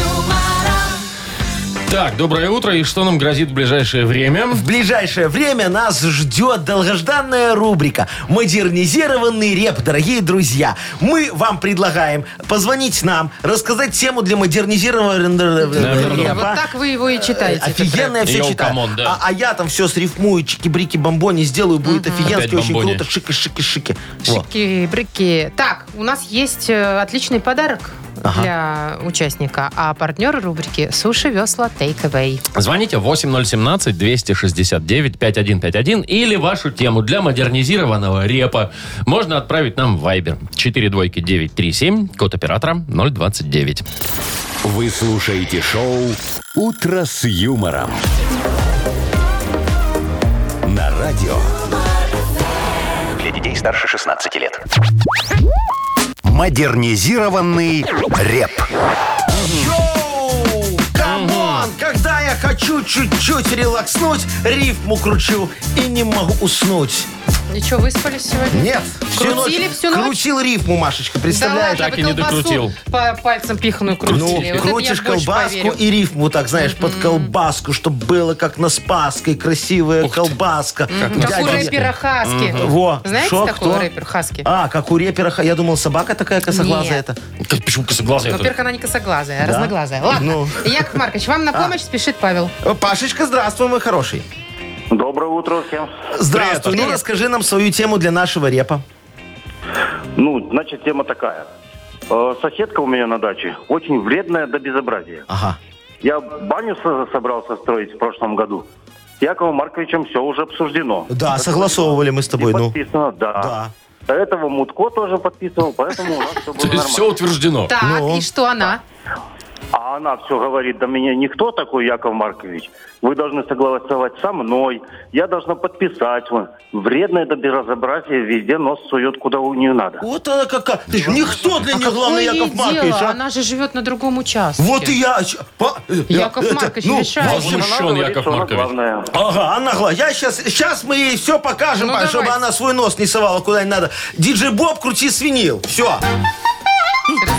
Так, доброе утро. И что нам грозит в ближайшее время? В ближайшее время нас ждет долгожданная рубрика «Модернизированный реп», дорогие друзья. Мы вам предлагаем позвонить нам, рассказать тему для модернизированного Наверное. Вот репа. так вы его и читаете. этот Э, Офигенно я все Йоу, читаю. камон, да. а, а я там все срифмую, чики-брики, бомбони сделаю, будет Опять офигенски, очень бомбони. круто, шики-шики-шики. трек. Во. Шики-брики. Так, у нас есть э, отличный подарок Ага. для участника, а партнер рубрики «Суши весла Take Away». Звоните 8017-269-5151 или вашу тему для модернизированного репа можно отправить нам в Viber 42937, код оператора 029. Вы слушаете шоу «Утро с юмором». На радио Для детей старше 16 лет. «Модернизированный реп». Йоу! Камон! Когда я хочу чуть-чуть релакснуть, рифму кручу и не могу уснуть. И что, выспались сегодня? Нет. всю Крутили всю ночь? Крутил рифму, Машечка, представляешь? Да Так ладно, вы и не колбасу докрутил. По пальцам пиханую Ну, крутили. Вот это я крутишь больше колбаску поверю. и рифму, так знаешь, под колбаску, чтобы было как на Спасской, красивая колбаска. Как у Дядя- рэпера Хаски. Во, Знаете шо, такого кто? рэпера Хаски? А, как у репера, Ха- я думал, собака такая косоглазая Нет. это. Почему косоглазый? Ну, Во-первых, она не косоглазая, а разноглазая. Ладно, Ну. Яков Маркович, вам на А. помощь спешит Павел. О, Э, Пашечка, здравствуй, мой хороший. Доброе утро всем. Здравствуй. Ну, расскажи нам свою тему для нашего репа. Ну, значит, тема такая. Э, Соседка у меня на даче очень вредная до безобразия. Ага. Я баню со- собрался строить в прошлом году. С Яковом Марковичем все уже обсуждено. Да, согласовывали мы с И тобой, ну. подписано, да. Да. До этого Мутко тоже подписывал, поэтому у нас все было То есть нормально. все утверждено. Так, Ну. и что она? А она все говорит, да меня никто такой, Яков Маркович. Вы должны согласовать со мной. Я должна подписать. Вон, Вредное до безобразия везде нос сует, куда у нее надо. Вот она какая. Ты ж никто для нее, главный А Какое Яков ей Маркович, дело? а? Она же живет на другом участке. Вот и я. щ- по- э, Яков это, Маркович ну, решает. Возмущен Она говорит, Яков что она Маркович. главная. Ага, она гла- Я сейчас, сейчас мы ей все покажем, Ну, а, чтобы давайте. она свой нос не совала куда не надо. Диджей Боб, крути свинил. Все.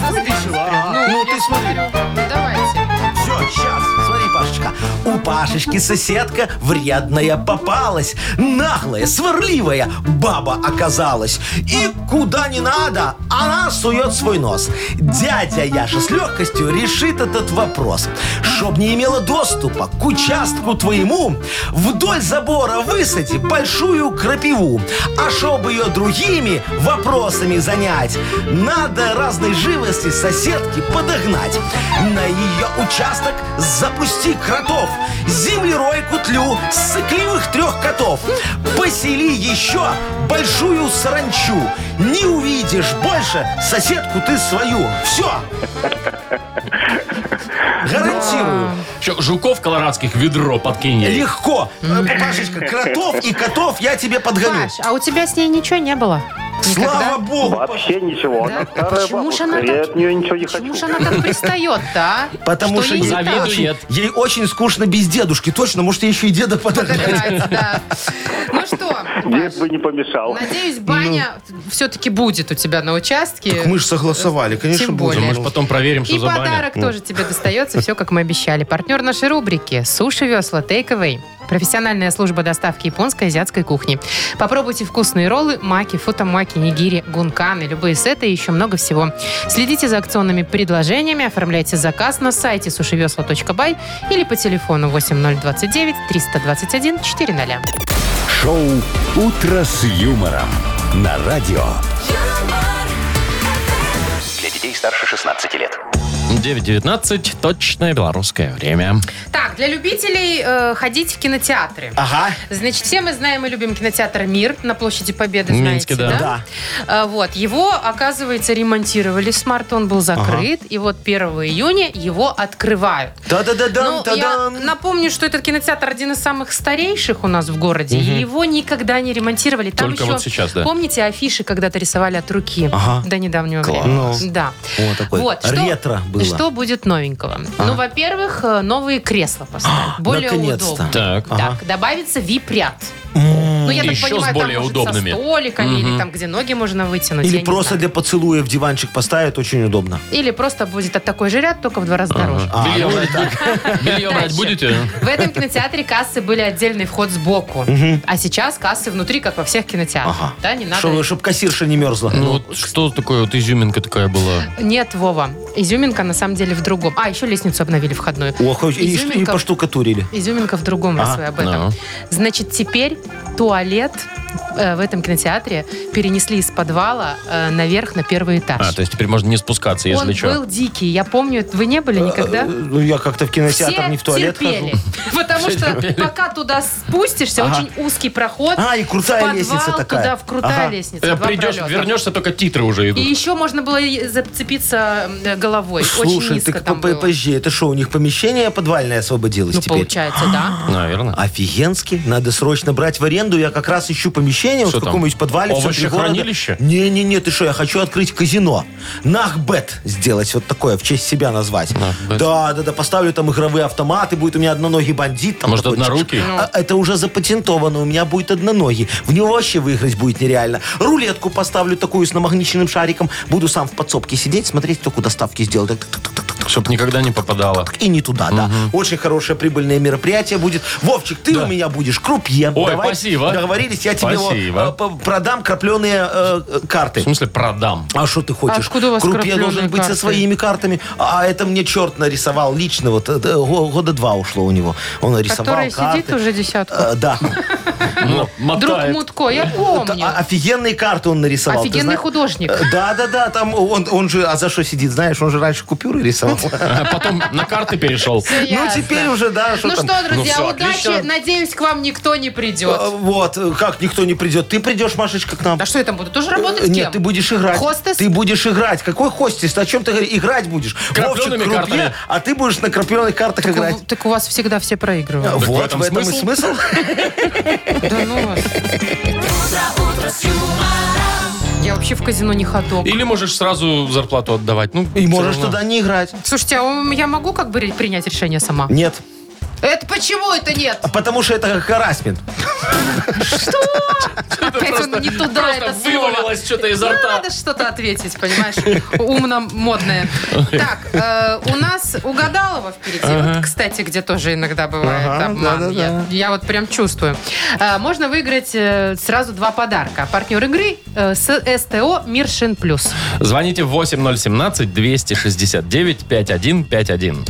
Разозлилась прям. я Ну, ты смотри. смотрю. Ну, давайте. Все, сейчас. Смотри, Пашечка. У Машечке соседка вредная попалась. Наглая, сварливая баба оказалась. И куда не надо, она сует свой нос. Дядя Яша с легкостью решит этот вопрос. Чтоб не имела доступа к участку твоему, вдоль забора высади большую крапиву. А чтобы ее другими вопросами занять, надо разной живости соседки подогнать. На ее участок запусти кротов, землеройку тлю, сыкливых трех котов. Посели еще большую саранчу. Не увидишь больше соседку ты свою. Все. Гарантирую. Еще жуков колорадских ведро подкинь ей. Легко. Э, Пашечка, кротов и котов я тебе подгоню. Паш, а у тебя с ней ничего не было? Слава богу. Вообще ничего. Да? Она старая Почему бабушка. ж она Я так- от нее ничего не хочу. Почему же она так пристает-то, а? Потому что, ей не ей, так? Завидует. очень, ей очень скучно без дедушки. Точно, может, ей еще и деда подогнать. Нравится, да. Ну что, Паш, Дед бы не помешал. надеюсь, баня все-таки будет у тебя на участке. Ну. Мы же согласовали, конечно, Тем будем. более. Мы же потом проверим, что И за баня. подарок Ну. тоже тебе достается, все как мы обещали. Партнер нашей рубрики «Суши весла Тейковой». Профессиональная служба доставки японской и азиатской кухни. Попробуйте вкусные роллы, маки, футамаки, нигири, гунканы, любые сеты и еще много всего. Следите за акционными предложениями, оформляйте заказ на сайте сушевесла.бай или по телефону 8029 321 400. Шоу «Утро с юмором» на радио. Для детей старше 16 лет. 9.19, точное белорусское время. Так, для любителей э, ходить в кинотеатры. Ага. Значит, все мы знаем и любим кинотеатр «Мир» на площади Победы, В знаете, Минске, да. Да. А, Вот, его, оказывается, ремонтировали с марта, он был закрыт, и вот 1 июня его открывают. Та-да-да-дам, Ну, я та-дам. напомню, что этот кинотеатр один из самых старейших у нас в городе, и его никогда не ремонтировали. Там Только еще, вот сейчас, да. Помните, афиши когда-то рисовали от руки Ага. до недавнего Класс. Ну. времени? Да. О, такой Вот, что- ретро было. Что будет новенького? Ну, во-первых, э, новые кресла поставят, более А, наконец-то. удобные. Так. Так, добавится вип-ряд. Ну, я так Еще понимаю, с более там, может, удобными. со столиками, или там, где ноги можно вытянуть. я Или не просто знаю. для поцелуев диванчик поставят, очень удобно. Или просто будет от такой же ряд, только в два раза дороже. А, Белье ну брать будете? Белье брать Дальше. будете? В этом кинотеатре кассы были отдельный вход сбоку. А сейчас кассы внутри, как во всех кинотеатрах. Ага. Да, не надо. Чтобы чтоб кассирша не мерзла. Ну, вот что такое вот изюминка такая была? Нет, Вова. Изюминка на самом деле в другом. А, еще лестницу обновили входную. Ну, О, хоть- и, что- и Изюминка- поштукатурили. Изюминка в другом, раз Ага. вы об этом. Ну. Значит, теперь туалет э, в этом кинотеатре перенесли из подвала э, наверх на первый этаж. А, то есть теперь можно не спускаться, Он если что. был дикий, я помню, это вы не были никогда? Ну, я как-то в кинотеатр, Все не в туалет терпели, хожу. потому что пока туда спустишься, очень узкий проход. А, и крутая в подвал лестница такая. туда, в крутая Ага. лестница, Э, два Придешь, пролета. вернешься, только титры уже И идут. еще можно было и зацепиться э, головой, очень Слушай, низко ты там было. подожди, это что, у них помещение подвальное освободилось Ну, теперь? получается, да. Наверное. Офигенски. Надо срочно брать в аренду. Я как раз ищу помещение вот Что в там? каком-нибудь подвале. в центре города. Овощехранилище? Не-не-не, ты что, я хочу открыть казино. Нахбет сделать вот такое, в честь себя назвать. Нахбет. Да-да-да, поставлю там игровые автоматы, будет у меня одноногий бандит. Там Может, такой, однорукий? А, это уже запатентовано, у меня будет одноногий. В него вообще выиграть будет нереально. Рулетку поставлю такую с намагниченным шариком. Буду сам в подсобке сидеть, смотреть, кто куда ставки сделал. Так-так-так-так-так. Чтоб никогда не попадала. И не туда, да. Очень хорошее прибыльное мероприятие будет. Вовчик, ты у меня будешь крупье. Ой, спасибо. Договорились, я тебе вот, Спасибо. э, по- продам крапленые э, э, В карты. смысле, продам. А что ты хочешь? Откуда у вас Крупье крапленые должен быть со карты? своими картами. А это мне черт нарисовал лично. Вот э, э, го- года два ушло у него. Он нарисовал Которая карты. сидит уже десятку. Э, да. Ну, Друг мотает. Мутко, я А Это, помню. а, офигенные карты он нарисовал. ты Офигенный знаешь? художник. Э, Да, да, да, там он, он же, а за что сидит, знаешь, он же раньше купюры рисовал. А Потом на карты перешел. Ну, Ясно. теперь уже, да, что Ну там. что, друзья, всё, удачи. отлично. Надеюсь, к вам никто не придет. А, Вот, э, как никто не придет. Ты придешь, Машечка, к нам. Да что я там буду? Тоже работать Э, с Нет, кем? ты будешь играть. Хостес? Ты будешь играть. Какой хостес? О чем ты говоришь? Играть будешь. Вовчик Крапленными крупье, картами. а ты будешь на крапленных картах Так у- играть. Так у вас всегда все проигрывают. вот, в этом в этом и смысл. смысл. Э, Да ну вас. Я вообще в казино не ходок. Или можешь сразу зарплату отдавать. Ну, И всё можешь равно. туда не играть. Слушайте, а у- я могу как бы ре- принять решение сама? Нет. Это почему это нет? А Потому что это харасмент. Опять он не туда это слово. что-то изо Ну, Надо что-то ответить, понимаешь? Умно, модное. Так, э, у нас угадалова впереди. Вот, кстати, где тоже иногда бывает Ага, обман. да-да-да. Я, я вот прям чувствую. Э, можно выиграть э, сразу два подарка. Партнер игры э, с СТО Мир Шин Плюс. Звоните 8017-269-5151.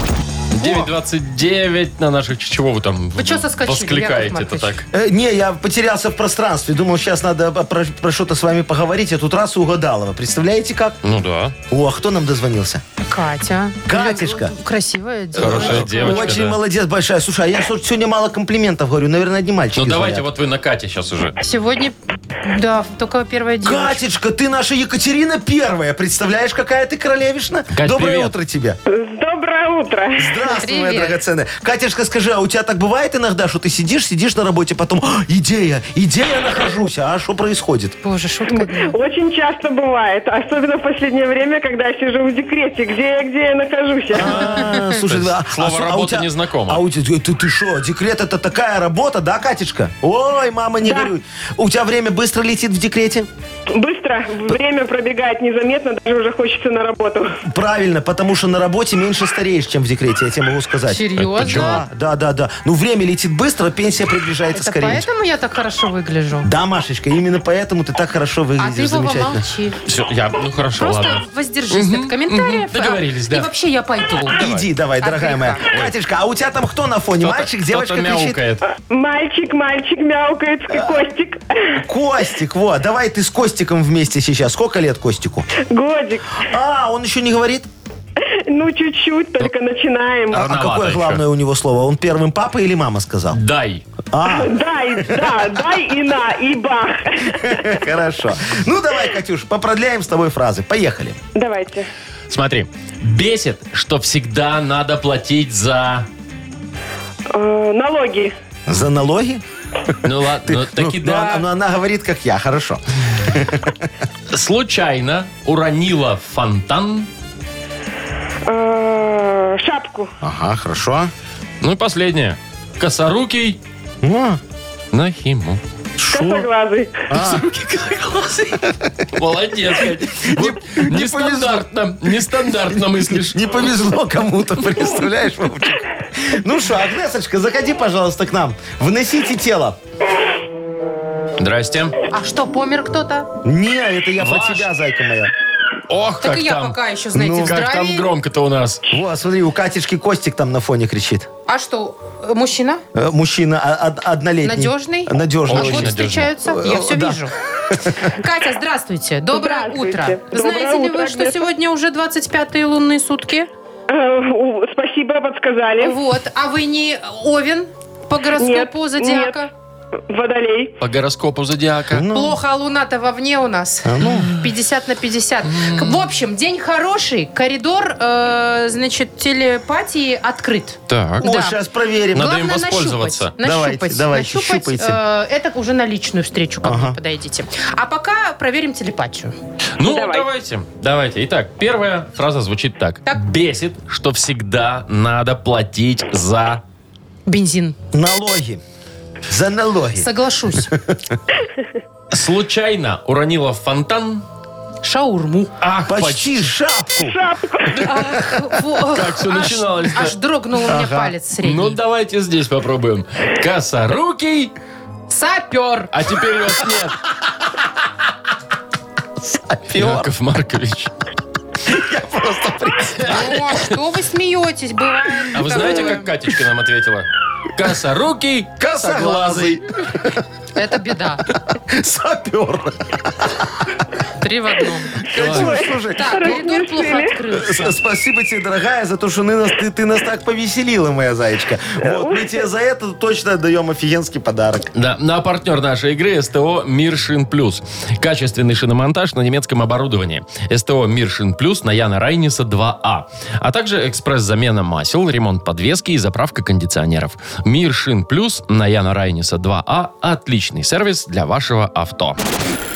9.29 на наших... Чего вы там Вы чё соскочили, Яков воскликаете-то Маркович? так? Э, Не, я потерялся в пространстве. Думал, сейчас надо об- про, про что-то с вами поговорить. А тут раз и угадалова. Представляете как? Ну да. О, а кто нам дозвонился? Катя. Катюшка. Красивая девушка. Хорошая девочка, Очень да. молодец, большая. Слушай, а я что-то сегодня мало комплиментов говорю. Наверное, одни мальчики Ну давайте звонят. вот вы на Кате сейчас уже. Сегодня, да, только первая девушка. Катечка, ты наша Екатерина Первая. Представляешь, какая ты королевишна? Кать, Доброе привет. утро тебе. Доброе утро. Здравствуй, моя Привет. драгоценная. Катюшка, скажи, а у тебя так бывает иногда, что ты сидишь, сидишь на работе, потом «А, идея, идея нахожусь, а что происходит? Боже, шутка. дня. Очень часто бывает, особенно в последнее время, когда я сижу в декрете, где я, где я нахожусь. А, То Слушай, есть да, слово су- у «работа» тебя- незнакомо. А у тебя, ты, ты что, декрет это такая работа, да, Катечка? Ой, мама, не горюй. У тебя время быстро летит в декрете? Быстро время пробегает незаметно, даже уже хочется на работу. Правильно, потому что на работе меньше стареешь, чем в декрете, я тебе могу сказать. Серьезно? Да, да, да, да. Ну, время летит быстро, пенсия приближается Это скорее. поэтому я так хорошо выгляжу? Да, Машечка, именно поэтому ты так хорошо А ты, выглядишь, Вова, замечательно. молчи. Все, я... Ну хорошо, Просто ладно. воздержись от мгм, комментариев. договорились, а, да. И вообще я пойду. Иди, давай, От дорогая моя. греха. Катюшка, а у тебя там кто на фоне? Кто-то- Мальчик, девочка кто-то кричит? мяукает. Мальчик, мальчик мяукает, Костик. Костик, вот, давай ты с Костиком вместе сейчас. Сколько лет Костику? Годик. А, он еще не говорит? Ну, чуть-чуть, только начинаем. А Рановато какое еще. главное у него слово? Он первым папа или мама сказал? Дай. А, Дай, да, дай и на, и бах. хорошо. Ну давай, Катюш, попродляем с тобой фразы. Поехали. Давайте. Смотри. Бесит, что всегда надо платить за... Э, налоги. За налоги? Ну ладно, Ты- ну, таки ну, да. она- ну, она говорит, как я, хорошо. Случайно уронила в фонтан. Э, шапку. Ага, хорошо. Ну и последнее. Косорукий О, на химу. шо? А. Косоглазый. Молодец, Катя. Вот Нестандартно, нестандартно мыслишь. Не повезло кому-то, представляешь, Вовчик? Ну что, Агнесочка, заходи, пожалуйста, к нам. Вносите тело. Здрасте. А что, помер кто-то? Не, это я про Ваш. тебя, зайка моя. Ох, Так как и я там. пока еще, знаете, Ну, в Как там здравии. громко-то у нас. Вот, смотри, у Катечки Костик там на фоне кричит. А что, э, мужчина? Э, Мужчина а- од- однолетний. Надежный? Надежный. А Очень годы надежный. встречаются? Я Э, все да. вижу. Катя, здравствуйте. Доброе Здравствуйте. утро. Доброе Знаете ли вы, утро, что Агнеса. сегодня уже 25-е лунные сутки? Э, у- Спасибо, подсказали. Вот. А вы не Овен по гороскопу Нет, зодиака? Водолей. По гороскопу зодиака. Ну, Плохо, а луна-то вовне у А, нас. а Ну, 50 на 50. К- В общем, день хороший. Коридор, э, значит, телепатии открыт. Так. О, Да. сейчас проверим. Надо им нащупать, воспользоваться. Давайте, Нащупать. давайте, нащупать, щупайте. э, это уже на личную встречу, как Ага. вы подойдите. А пока проверим телепатию. Ну, Давай. давайте. Давайте. Итак, первая фраза звучит так. Так. Бесит, что всегда надо платить за... Бензин. Налоги. За налоги. Соглашусь. Случайно уронила в фонтан. Шаурму. Ах, Почти шапку. Как Как всё начиналось-то? Аж дрогнул у меня палец средний. Ну, давайте здесь попробуем. Косорукий, Сапер. а теперь вас нет. Яков Маркович. Ну, а что вы смеетесь? Бывает. А вы знаете, такое. как Катечка нам ответила? Косорукий, косоглазый. Это беда. Сапер. Три в одном. Конечно, слушай. Так, коридор плохо открылся. С- Спасибо тебе, дорогая, за то, что ты нас, ты, ты нас так повеселила, моя зайчка. Вот, мы тебе за это точно даем офигенский подарок. Да, ну а партнер нашей игры СТО «Мир Шин Плюс». Качественный шиномонтаж на немецком оборудовании. СТО «Мир Шин Плюс» на Яна Райниса 2А. А также экспресс-замена масел, ремонт подвески и заправка кондиционеров. «Мир Шин Плюс» на Яна Райниса 2А. Отличный сервис для вашего авто.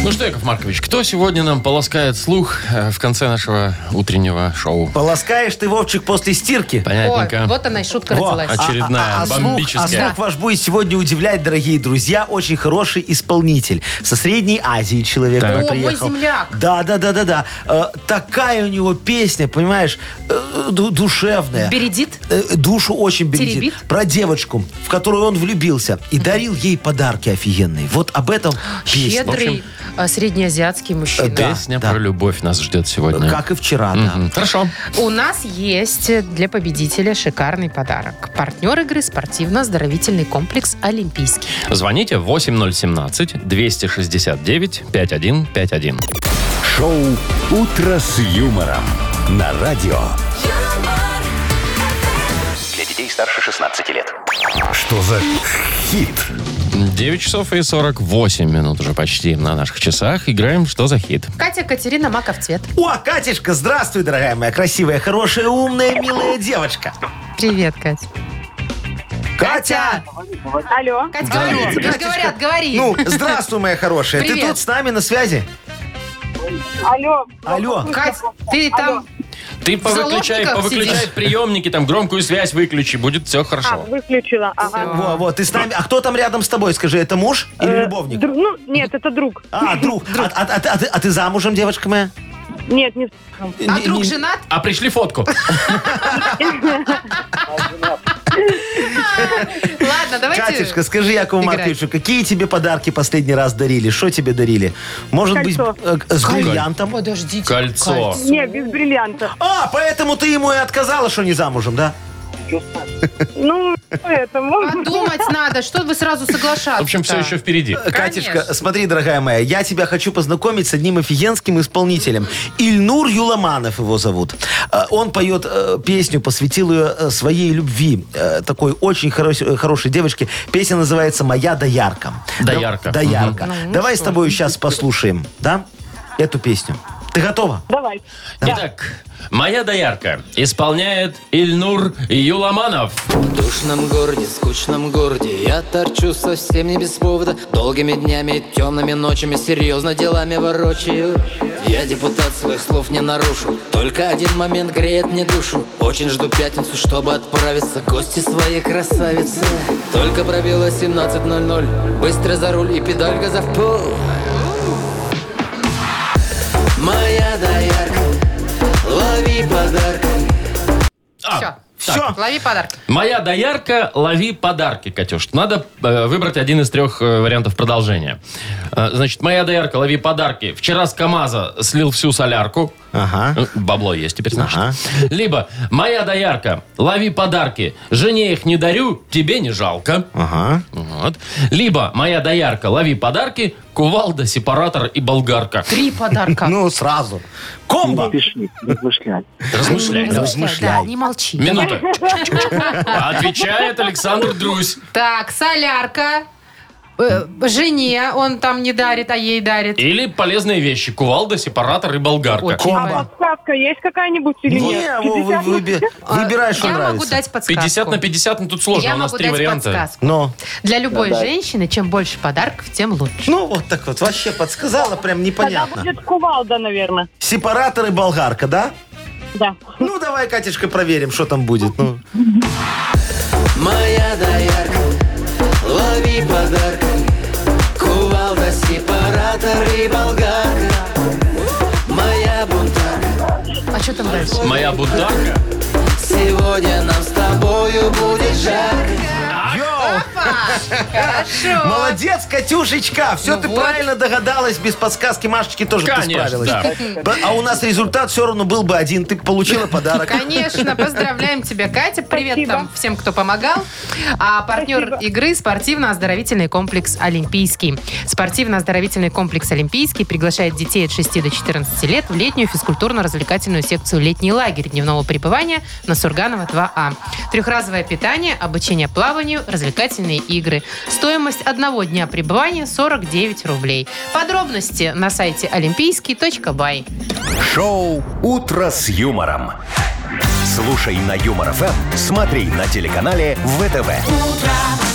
Ну что, Яков Маркович, кто сегодня нам полоскает слух э, в конце нашего утреннего шоу? Полоскаешь ты, Вовчик, после стирки. Понятненько. О, вот она и шутка Во, родилась. а че- Очередная бомбическая. Слух, а слух ваш будет сегодня удивлять, дорогие друзья. Очень хороший исполнитель. Со Средней Азии человек Так. нам О, мой приехал. земляк. Да, да, да, да, да. Э, такая у него песня, понимаешь, э, ду- душевная. Бередит? Э, душу очень бередит. Теребит? Про девочку, в которую он влюбился и дарил ей подарки офигенные. Вот об этом песня. Щедрый а, среднеазиатский мужчина. э, да. Песня про любовь нас ждет сегодня. Ну, Как и вчера, да. Мгм. Хорошо. У нас есть для победителя шикарный подарок. Партнер игры спортивно-оздоровительный комплекс «Олимпийский». Звоните 8017-269-5151. Шоу «Утро с юмором» на радио. Для детей старше 16 лет. Что за хит? 9 часов и 48 минут уже почти на наших часах. Играем «Что за хит?». Катя Катерина Маков цвет. О, Катюшка, здравствуй, дорогая моя красивая, хорошая, умная, милая девочка. Привет, Катя. Катя! Алло. Катя, говори, тебе же говорят, говори. Ну, здравствуй, моя хорошая. Ты Привет. тут с нами на связи? Алло. Алло. Кать, ты там... Ты повыключай, заложниках повыключай сидишь? приемники, там громкую связь выключи, будет все А, хорошо. выключила. Ага. Во, во, ты с нами. А кто там рядом с тобой? Скажи, это муж или Э, любовник? друг- ну, нет, это друг. А, друг. А, а- а ты- а ты, а ты замужем, девочка моя? Нет, не... А Не- друг не- женат? А пришли фотку. Ладно, давайте... Катюшка, скажи Якову играть. Марковичу, какие тебе подарки последний раз дарили? Что тебе дарили? Может Кольцо. быть, э, э, с бриллиантом? Подождите. Кольцо. Нет, без бриллиантов. А, поэтому ты ему и отказала, что не замужем, да? Ну, поэтому... Подумать надо, что вы сразу соглашаться В общем, все еще впереди. Конечно. Э, Катюшка, смотри, дорогая моя, я тебя хочу познакомить с одним офигенским исполнителем. Ильнур Юламанов его зовут. Э, Он поет э, песню, посвятил ее э, своей любви. э, Такой очень хорош- э, хорошей девочке. Песня называется «Моя доярка». Доярка. Да- Доярка. Давай с тобой сейчас послушаем, да, эту песню. Ты готова? Давай. Итак, моя доярка исполняет Ильнур Юламанов. В душном городе, скучном городе Я торчу совсем не без повода Долгими днями, темными ночами Серьезно делами ворочаю Я депутат, своих слов не нарушу Только один момент греет мне душу Очень жду пятницу, чтобы отправиться к Гости своей красавицы Только пробило 17.00 Быстро за руль и педаль газа в пол Моя доярка Лови подарка А, Все. Все. Лови подарок. Моя доярка, лови подарки, Катюш. Надо э, выбрать один из трех э, вариантов продолжения. Э, значит, моя доярка, лови подарки. Вчера с КамАЗа слил всю солярку. Ага. Э, Бабло есть теперь, значит. А? Ага. Либо моя доярка, лови подарки. Жене их не дарю, тебе не жалко. Ага. Вот. Либо моя доярка, лови подарки. Кувалда, сепаратор и болгарка. Три подарка. Ну, сразу. Комбо! Пиши, размышляй. Размышляй. Размышляй, размышляй. Да, не молчи. Минута. Отвечает Александр Друзь. Так, солярка. Э, Жене он там не дарит, а ей дарит. Или полезные вещи. Кувалда, сепаратор и болгарка. Очень Комбо. важно. Подсказка есть какая-нибудь или Не, нет? Вова, вы- 50 выби- А, выбирай, что Я могу нравится. дать подсказку. 50 на 50, ну тут сложно, Я у нас могу три дать варианта. подсказку. Но. Для любой женщины, чем больше подарков, тем лучше. Ну, вот так вот. Вообще подсказала, прям Тогда непонятно. будет кувалда, наверное. Сепаратор и болгарка, да? Да. Ну, давай, Катюшка, проверим, что там будет. Ну, Моя доярка, лови подарка Кувалда, сепаратор и болгарка Моя бунтарка, А что там дальше? Моя бударка. сегодня нам с тобою будет жарко Йоу! Хорошо. Молодец, Катюшечка! Все Ну ты вот. правильно догадалась. Без подсказки Машечки тоже Конечно, ты справилась. да. Б- А у нас результат все равно был бы один. Ты получила подарок. Конечно, поздравляем тебя, Катя. Привет Спасибо. там всем, кто помогал. А партнер Спасибо. игры спортивно-оздоровительный комплекс «Олимпийский». Спортивно-оздоровительный комплекс «Олимпийский» приглашает детей от 6 до 14 лет в летнюю физкультурно-развлекательную секцию «Летний лагерь» дневного пребывания на Сурганова 2А. Трехразовое питание, обучение плаванию, развлекательные игры. Стоимость одного дня пребывания 49 рублей. Подробности на сайте олимпийский.бай. Шоу «Утро с юмором». Слушай на Юмор ФМ, смотри на телеканале ВТВ.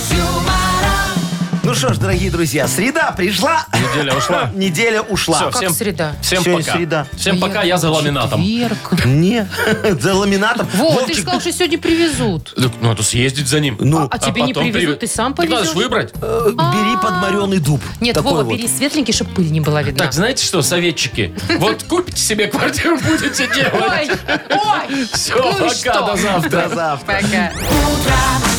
Ну что ж, дорогие друзья, среда пришла. Неделя ушла. Неделя ушла. Всё, Как всем, среда? Всем Сегодня пока. среда. Всем А я пока, я за думала, ламинатом. четверг. Не, за ламинатом. Вот, ты Вовчик, же сказал, что сегодня привезут. Так Надо а съездить за ним. Ну. А, а тебе не потом привезут, привез- ты сам Так Надо повезешь? же выбрать. э, бери подмаренный дуб. А. Нет, Такой Вова, вот. бери светленький, чтобы пыль не была видна. Так, знаете что, советчики? Вот купите себе квартиру, будете делать. Ой, ой, Все, ну и пока, что? до завтра. До завтра. пока. Утро